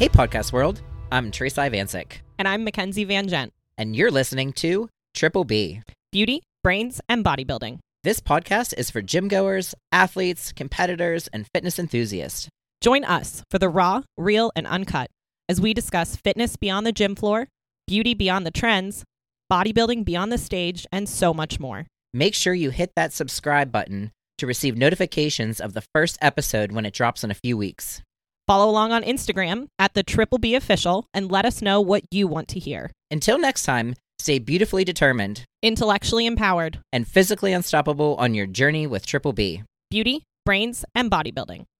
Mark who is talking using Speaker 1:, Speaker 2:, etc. Speaker 1: Podcast World. I'm Trace Ivancic,
Speaker 2: And I'm Mackenzie Van Gent.
Speaker 1: and you're listening to Triple B.
Speaker 2: Beauty, brains, and bodybuilding.
Speaker 1: This podcast is for gym goers, athletes, competitors, and fitness enthusiasts.
Speaker 2: Join us for the raw, real, and uncut as we discuss fitness beyond the gym floor, beauty beyond the trends, bodybuilding beyond the stage, and so much more.
Speaker 1: Make sure you hit that subscribe button to receive notifications of the first episode when it drops in a few weeks.
Speaker 2: Follow along on Instagram at the Triple B Official and let us know what you want to hear.
Speaker 1: Until next time, stay beautifully determined
Speaker 2: Intellectually empowered,
Speaker 1: and physically unstoppable on your journey with Triple B.
Speaker 2: beauty, brains, and bodybuilding.